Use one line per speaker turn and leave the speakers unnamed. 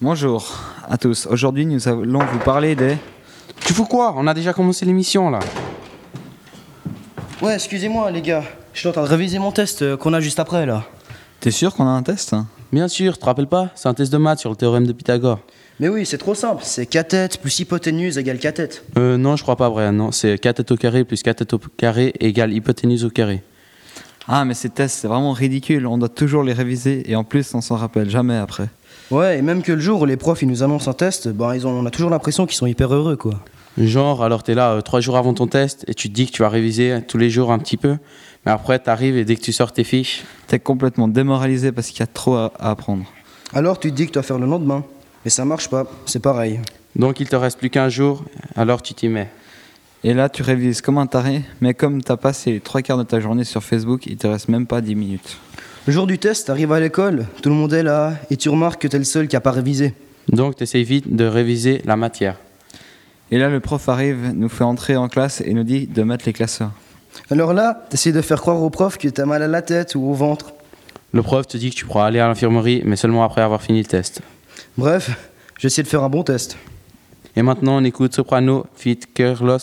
Bonjour à tous. Aujourd'hui, nous allons vous parler des.
Tu fous quoi On a déjà commencé l'émission là.
Ouais, excusez-moi les gars, je suis en train de réviser mon test euh, qu'on a juste après là.
T'es sûr qu'on a un test hein
Bien sûr, tu te rappelles pas C'est un test de maths sur le théorème de Pythagore.
Mais oui, c'est trop simple, c'est cathète plus hypoténuse égale cathète.
Euh, non, je crois pas, Brian. Non, c'est 4 têtes au carré plus 4 têtes au carré égale hypoténuse au carré.
Ah, mais ces tests, c'est vraiment ridicule. On doit toujours les réviser et en plus, on s'en rappelle jamais après.
Ouais, et même que le jour où les profs ils nous annoncent un test, ben ils ont, on a toujours l'impression qu'ils sont hyper heureux quoi.
Genre, alors t'es là euh, trois jours avant ton test et tu te dis que tu vas réviser tous les jours un petit peu, mais après t'arrives et dès que tu sors tes fiches,
T'es complètement démoralisé parce qu'il y a trop à, à apprendre.
Alors tu te dis que tu vas faire le lendemain, mais ça marche pas, c'est pareil.
donc il te reste plus qu'un jour, alors tu t'y mets.
Et là, tu révises comme un taré, mais comme t'as passé les trois quarts de ta journée sur Facebook, il te reste même pas 10 minutes.
Le jour du test, t'arrives à l'école, tout le monde est là, et tu remarques que t'es le seul qui a pas révisé.
Donc t'essayes vite de réviser la matière.
Et là, le prof arrive, nous fait entrer en classe et nous dit de mettre les classeurs.
Alors là, t'essayes de faire croire au prof que t'as mal à la tête ou au ventre.
Le prof te dit que tu pourras aller à l'infirmerie, mais seulement après avoir fini le test.
Bref, j'essaie de faire un bon test.
Et maintenant on écoute Soprano feat Carlos